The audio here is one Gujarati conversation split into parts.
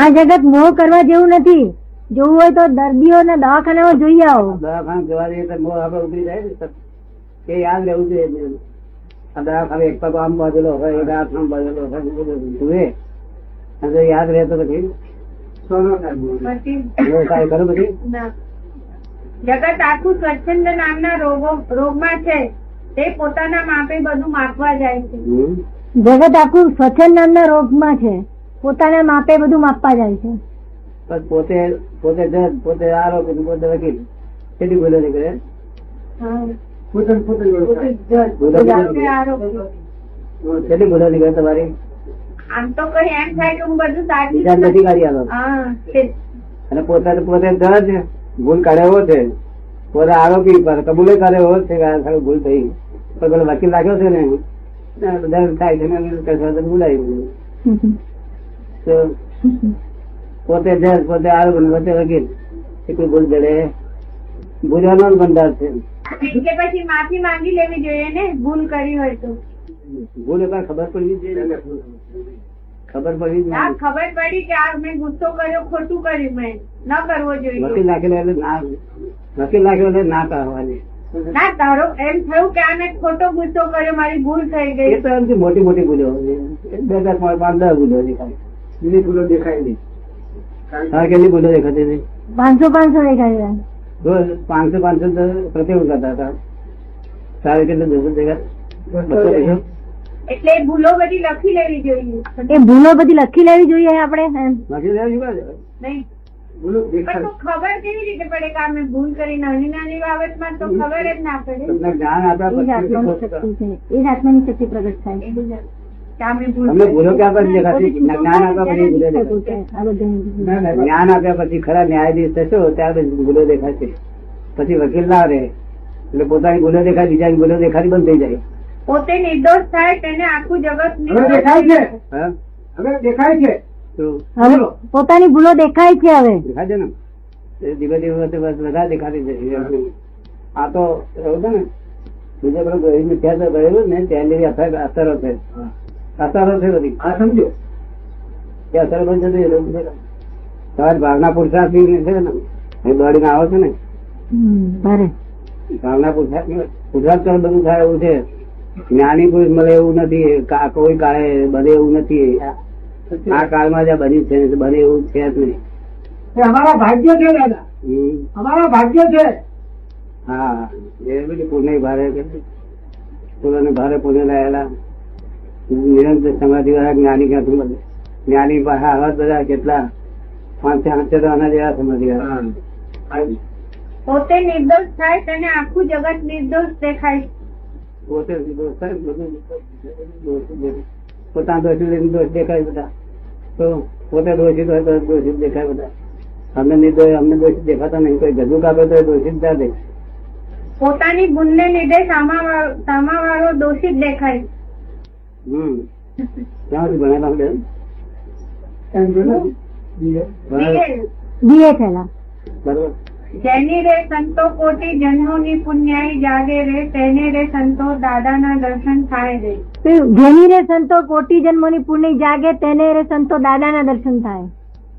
આ જગત મોહ કરવા જેવું નથી જોવું હોય તો દર્દીઓને દવાખાનામાં જોઈ આવો દવાખાને જવા દઈએ તો મોહ આપણે ઉતરી જાય ને સર. એ યાદ રહેવું જોઈએ આ દવાખાને એક પગ આમ બાજેલો હોય એક હાથ આમ બાજેલો હોય બધું જુએ અને જો યાદ રહે તો પછી સોનો થાય. નથી. એવું થાય ખરું બધું ના. જગત આખું સ્વચ્છંદ નામના રોગો રોગમાં છે તે પોતાના માપે બધું માપવા જાય છે હમ. જગત આખું સ્વચ્છંદ નામના રોગમાં છે પોતાના માપે બધું માપવા જાય છે પણ પોતે પોતે જજ પોતે આરોપી પોતે વકીલ કેટલી ગુનો નીકળે હા. કેટલી ગુનો પોતે નીકળે? આરોપી. કેટલી ગુનો નીકળે તમારી આમ તો કઈ એમ થાય કે હું બધું સાચી બીજા નથી કાઢી આલો હા તે- અને પોતે પોતે જજ ભૂલ કાઢ્યો છે પોતે આરોપી પર કબૂલે કર્યો છે કે આ સારું ભૂલ થઈ પણ પેલો વકીલ રાખ્યો છે ને ના, બધા થાય છે ને એને કહેશો તો બોલાવી દીધું. તો પોતે જજ પોતે આરોપી અને પોતે વકીલ એ કોઈ ભૂલ જડે ભૂલવાનો જ બંધાર છે કે પછી માફી માંગી લેવી જોઈએ ને ભૂલ કરી હોય તો ભૂલ એ પણ ખબર પડવી જોઈએ ને. ખબર પડવી જ ના જોઈએ. ખબર પડી કે આ મેં ગુસ્સો કર્યો ખોટું કર્યું મેં ન કરવો વકીલ જોઈએ રાખેલો એટલે ના વકીલ રાખેલો એટલે ના કહેવાની ના તારો એમ થયું કે આ મેં ખોટો ગુસ્સો કર્યો મારી ભૂલ થઈ એ ગઈ તો એમ કે મોટી મોટી ભૂલો છે. બે ચાર પાંચ પાંચ દસ ભૂલો દેખાય બીજી ભૂલો દેખાય નહીં હા કેટલી ભૂલો દેખાતી હતી પાંચસો પાંચસો દેખાડી રહ્યા. રોજ પાંચસો પાંચસો તો પ્રત્યે ઉતરતા હતા તારે કેટલું જશે દેખા બસો દેખો એટલે એ ભૂલો બધી લખી લેવી જોઈએ એ ભૂલો બધી લખી લેવી જોઈએ આપણે એમ. બાકી રહ્યા શું કરે? નહીં ભૂલો પણ દેખાય તો ખબર કેવી રીતે પડે કે આ મેં ભૂલ કરી નાની નાની બાબતમાં તો ખબર જ ના પડે તમને જ્ઞાન આપ્યા એ જ આત્માની શક્તિ છે એ પછી જ આત્માની શક્તિ પ્રગટ થાય એવું જ. કે આ મેં ભૂલ તમને કરી. ભૂલો ક્યાં પછી દેખાતી જ્ઞાન આપ્યા પછી ભૂલો દેખાતી આ બધાની. જ્ઞાન આપ્યા પછી ખરા ન્યાયાધીશ થશો ત્યારે ભૂલો દેખાશે પછી વકીલ ના રહે એટલે પોતાની ભૂલો દેખાય બીજાની ભૂલો દેખાતી બંધ થઈ જાય પોતે નિર્દોષ થાય તેને આખું જગત હવે નિર્દોષ દેખાય છે હા હવે દેખાય છે તો હવે પોતાની ભૂલો દેખાય છે હવે દેખાય છે ને એ ધીમે ધીમે વખતે બસ વધારે દેખાતી જશે આ તો એવું છે ને બીજા પેલો ગરીબ મિથ્યા તો કરેલું ને ત્યાં જેવી અસર અસરો છે અસરો છે બધી આ સમજો એ અસરો બધી જતી રહે. તમારી ભાવના પુરુષાર્થ ની છે ને એ દોડીને આવો છો ને હમ, બરે ભાવના પુરુષાર્થ પુરુષાર્થ તો બધું થાય એવું છે જ્ઞાની પુરુષ મળે એવું નથી કા- કોઈ કાળે બને એવું નથી આ કાળમાં જે બન્યું છે ને તે બને એવું છે જ નહીં એ અમારા ભાગ્ય છે દાદા હમ. અમારા ભાગ્ય છે હા એ બધી પુણ્ય ભારે કરી. પુણ્યને ભારે પુણ્ય લાયેલા નિરંતર સમાધિ વાળા જ્ઞાની ક્યાંથી મળે જ્ઞાની પાસે આવા બધા કેટલા પાંચ પાંચ આના જેવા સમાધિ વાળા પોતે નિર્દોષ થાય તેને આખું જગત નિર્દોષ દેખાય પોતે દોષ થાય ને બધું દોષ જ દેખાય. પોતાના દોષી લઈને દોષ દેખાય બધા તો પોતે દોષિત હોય તો દોષિત દેખાય બધા અમને નિર્દોષ અમને દોષિત દેખાતા નહીં કોઈ ગજુ કાપે તો દોષિત ના દેખાય પોતાની ભૂલને લીધે સામાવાળો સામાવાળો દોષિત દેખાય હમ ક્યાંથી ભણેલા બેન એમ જો ને. ભણેલા? બીએ, બીએ થયેલા બરોબર જેની રે સંતો કોટી જન્મોની પુણ્યાઈ જાગે રે તેને રે સંતો દાદાના દર્શન થાય રે તો જેની રે સંતો કોટી જન્મોની પુણ્ય જાગે તેને રે સંતો દાદાના દર્શન થાય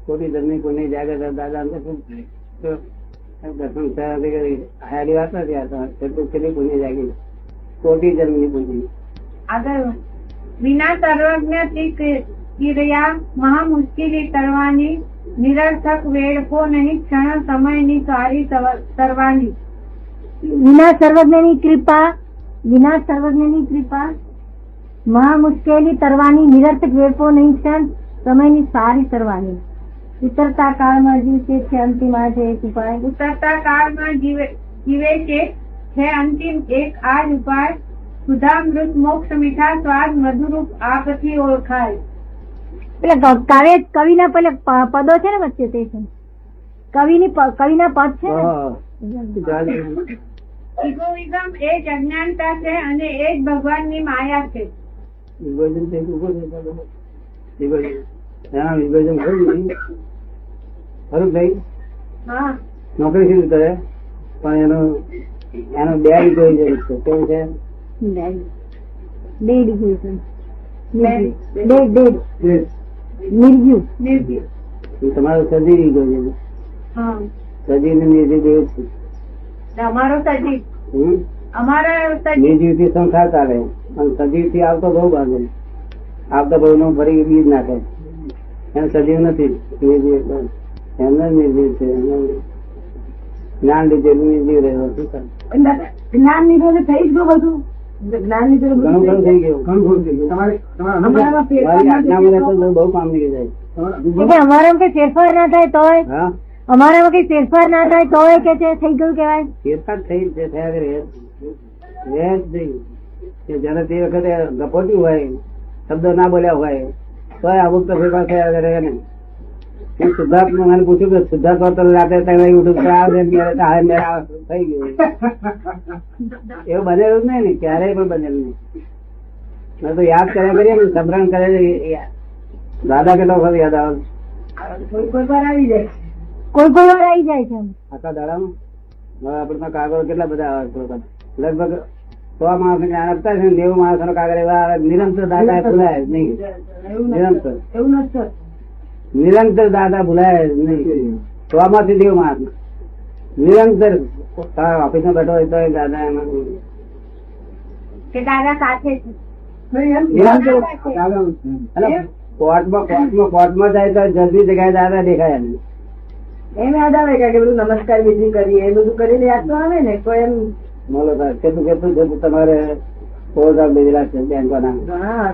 કોટી ધર્મની પુણ્ય જાગૃત દાદા દર્શન થાય તો એમ દર્શન થયા નથી કરી. હારી વાત નથી આ તો. કેટલું કેટલી પુણ્ય જાગી કોટી જન્મની પુણ્ય આગળ વિના સર્વજ્ઞ ક્રિયા મહા મુશ્કેલી તરવાની નિરર્થક વેડફો નહીં ક્ષણ સમયની સારી સવ- સરવાની વિના સર્વજ્ઞની કૃપા વિના સર્વજ્ઞની કૃપા મહા મુશ્કેલી તરવાની નિરર્થક વેપો નહીં ક્ષણ સમયની સારી તરવાની ઉતરતા કાળમાં જીવ છે છે અંતિમ આ છે એક ઉપાય ઉતરતા કાળમાં જીવે જીવે છે છે અંતિમ એક આ જ ઉપાય સુધામૃત મોક્ષ મીઠા સ્વાદ મધુરૂપ આપથી ઓળખાય એટલે કાવ્ય કવિના પેલા પ- પદો છે ને વચ્ચે તે છે કવિની પ- કવિના પદ છે ને ઓહો. જાણે. ઇગોઇઝમ એ જ અજ્ઞાનતા છે અને એ જ ભગવાનની માયા છે વિભાજન થઈ ગયું. ઉભો થઈ ગયો. વિભાજન. એના વિભાજન ખરું નહીં. ખરું ભાઈ હા નોકરી શું કરે પણ એનો એનો બે વિભાજન છે કેવું છે ડેડ ડેડ ગયું છે. ડેડ. ડેડ ડેડ એ નિર્જીવ નિર્જીવ હું તમારો સજીવ ઈગો છે હા સજીવ ને નિર્જીવ દેવ છું અમારો સજીવ હમ? અમારા સજીવ નિર્જીવથી સંસાર ચાલે અને સજીવથી આવતો બહુ બાંધે આવતો બહુ નો ફરી બીજ નાખે એમ સજીવ નથી નિર્જીવ એમને નિર્જીવ છે એમને જ્ઞાન લીધે નિર્જીવ રહ્યો શું કરે? જ્ઞાન લીધે થઈ જ ગયું બધું જ્ઞાન લીધે ઘણું ઘણું થઈ ગયું ઘણું થઈ ગયું તમારે તમારા અનુભવમાં મારી આજ્ઞામાં રહેતો તો બહુ કામ નીકળી જાય તમારા એટલે અનુભવ- અમારામાં કઈ ફેરફાર ના થાય તોય હા અમારામાં કઈ ફેરફાર ના થાય તોય કે છે થઈ ગયું કેવાય ફેરફાર થઈ જ થયા કરે રહે જ નહીં કે જ્યારે તે વખતે ગપોટ્યું હોય શબ્દો ના બોલ્યા હોય તોય અમુક તો ફેરફાર થયા કરે ને હું સિદ્ધાર્થ મને પૂછ્યું કે સિદ્ધાર્થ તો રાતે ત્રણ વાગે ઉઠું તો આવે ને ત્યારે તો આવે ને ત્યારે આવે. થઈ ગયું એવું બનેલું જ નહીં ને ક્યારેય પણ બનેલું નહીં મેં તો યાદ કર્યા કરીએ ને સંભરણ કરે છે એ યાદ. દાદા કેટલો વખત યાદ આવે કોઈ કોઈ વાર આવી જાય કોઈ કોઈ વાર આવી જાય છે એમ. આખા દાડામાં હવે આપણે તો કાગળ કેટલા બધા આવે છે લોકો. લગભગ સો માણસ જ્ઞાન આપતા છે ને નેવું માણસ નો કાગળ એવા આવે નિરંતર દાદા ભૂલાય જ નહીં એવું નિરંતર એવું નથી નિરંતર દાદા ભૂલાય જ નહીં સો માંથી નેવું માણસ નિરંતર ઓફિસ માં બેઠો હોય તો એ દાદા એમાં કે દાદા સાથે છે નિરંતર અને કોર્ટમાં કોર્ટમાં કોર્ટમાં જાય તો જજની જગ્યાએ દાદા દેખાય નહીં એમ યાદ આવે કે કે બધું નમસ્કાર વિધિ કરીએ એ બધું કરીને યાદ તો આવે ને કોઈ એમ બોલો સાહેબ કેટલું કેટલું જતું તમારે પોર સાહેબ લીધેલા છે બેંકોના હા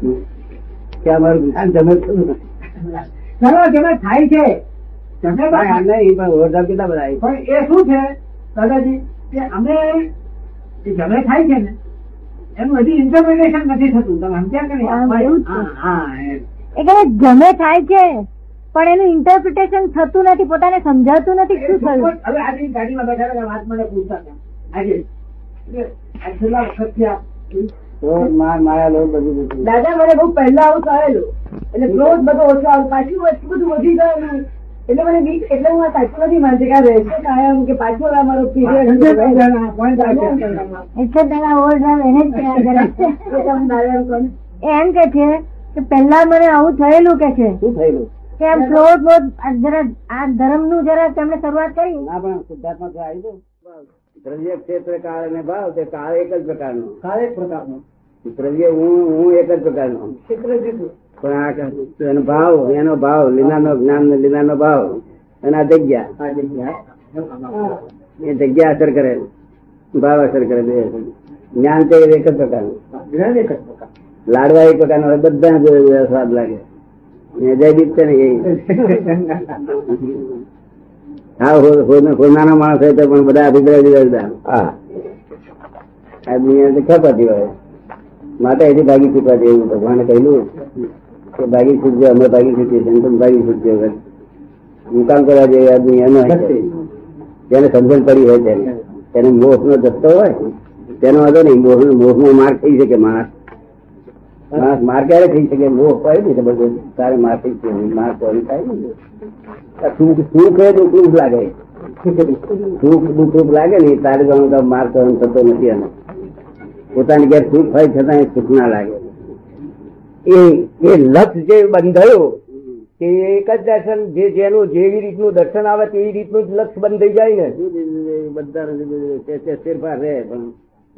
કે અમારું જ્ઞાન જમે ખરું? ચલો જેમાં થાય છે તમે ના, ના, પણ નહીં, પણ વોટ્સઅપ કેટલા બધા આવી? પણ એ શું છે દાદાજી કે અમે જે ઝઘડે થાય છે ને એનું હજી ઇન્ટરપ્રિટેશન નથી થતું તમે સમજ્યા કે નહીં? હા, એવું જ છે. હા, હા, એમ. એટલે ગમે થાય છે પણ એનું ઇન્ટરપ્રિટેશન થતું નથી પોતાને સમજાતું નથી એ શું થયું suppose હવે આજે ગાડીમાં બેઠા હતા વાત મને પૂછતા હતા આજે કે આ છેલ્લા વખતથી આ રોજ માર, માયા, લોભ બધું બધું. દાદા મને બહુ પહેલા આવું થયેલું એટલે ક્રોધ બધો ઓછો આવ્યો પાછું વસ્તુ બધું વધી ગયેલું એટલે મને બીક એટલે હું આ સાચું નથી માનતી કે આ રહેશે કાયમ કે પાછો આ મારો પીરિયડ એટલે પેલા ઓરડાવ એને જ ત્યાં કરે છે. એ એમ કે છે કે પહેલા મને આવું થયેલું કે છે શું થયેલું? કે આમ ક્રોધ બોધ આ જરા આ ધર્મ નું જરા તેમણે શરૂઆત કરી ના પણ શુદ્ધાત્મા તો આવી ગયું. દ્રવ્ય ક્ષેત્ર કાળ અને ભાવ તે કાળ એક જ પ્રકારનો કાલે પ્રતાપનો દ્રવ્ય હું હું એક જ પ્રકારનો ક્ષેત્ર જીતું પણ આ ક- એનો ભાવ એનો ભાવ લીલાનો જ્ઞાન ને લીલાનો ભાવ અને આ જગ્યા આ જગ્યા એ જગ્યા અસર કરે ભાવ અસર કરે બે અસર. જ્ઞાન તો એક જ પ્રકારનું ગ્રહ એક જ પ્રકાર લાડવા એક પ્રકારનો હોય બધા જ સ્વાદ લાગે ને જયદીપ છે ને એ હા હો- હો- હોનારા માણસ હોય તો પણ બધા અભિપ્રાય જુદા જુદા હા આ દુનિયા તો ખપાતી હોય માટે એથી ભાગી છૂટવાથી એવું ભગવાને કહેલું કે ભાગી છૂટજો અમે ભાગી છૂટીએ છીએ અને તમે ભાગી છૂટજો વગર મુકામ કરવા જેવી આ દુનિયા નથી જેને સમજણ પડી હોય તેને તેને મોહનો જથ્થો હોય તેનો વાંધો નહીં મોહ મોહનો માર થઈ શકે માણસ માણસ માર ક્યારે થઈ શકે મોહ હોય ને એટલે બધું તારે માર થઈ શકે નહીં. માર કોઈ થાય નહીં. આ સુખ સુખ એ દુઃખ રૂપ લાગે સુખ દુઃખ રૂપ લાગે ને એ તારે જાણો તો માર સહન થતો નથી એનો પોતાની ઘેર સુખ હોય છતાં એ સુખ ના લાગે એ એ લક્ષ જે બંધાયો કે એક જ દર્શન જે જેનું જેવી રીતનું દર્શન આવે તેવી રીતનું જ લક્ષ બંધાઈ જાય ને બધા ફેરફાર રહે પણ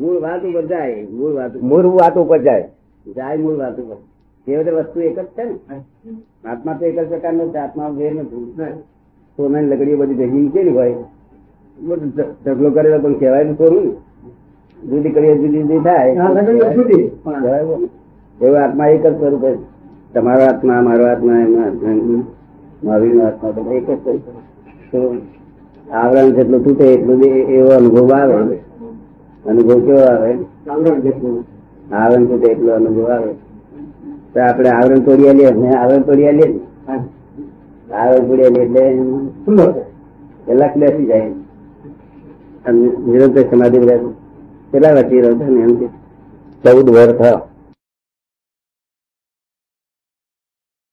મૂળ વાત ઉપર જાય મૂળ વાત ઉપર. મૂળ વાત ઉપર જાય જાય મૂળ વાત ઉપર જે બધી વસ્તુ એક જ છે ને આત્મા તો એક જ પ્રકારનો છે આત્મા વેર નથી સોનાની લકડીઓ બધી ભેગી મૂકેલી હોય બધું ઢ- ઢગલો કરેલો પણ કહેવાય ને સોનું જુદી કરીએ જુદી જુદી થાય હા, લકડીઓ જુદી. કહેવાય બોલો. એવો આત્મા એક જ સ્વરૂપે છે. તમારો આત્મા મારો આત્મા એમનો આત્મા મહાવીરનો આત્મા બધા એક જ સ્વરૂપે છે. તો આવરણ જેટલું તૂટે એટલું જ એ- એવો અનુભવ આવે અનુભવ કેવો આવે આવરણ જેટલું આવરણ તૂટે એટલો અનુભવ આવે તો આપણે આવરણ તોડી આલીએ ને આવરણ તોડી આલીએ ને હા. આવરણ તોડી આલીએ એટલે સુંદર છે. કલાક બેસી જાય અને નિરંતર સમાધિ રહે. કેટલા વર્ષથી રહો છો ને એમ કે ચૌદ વર્ષ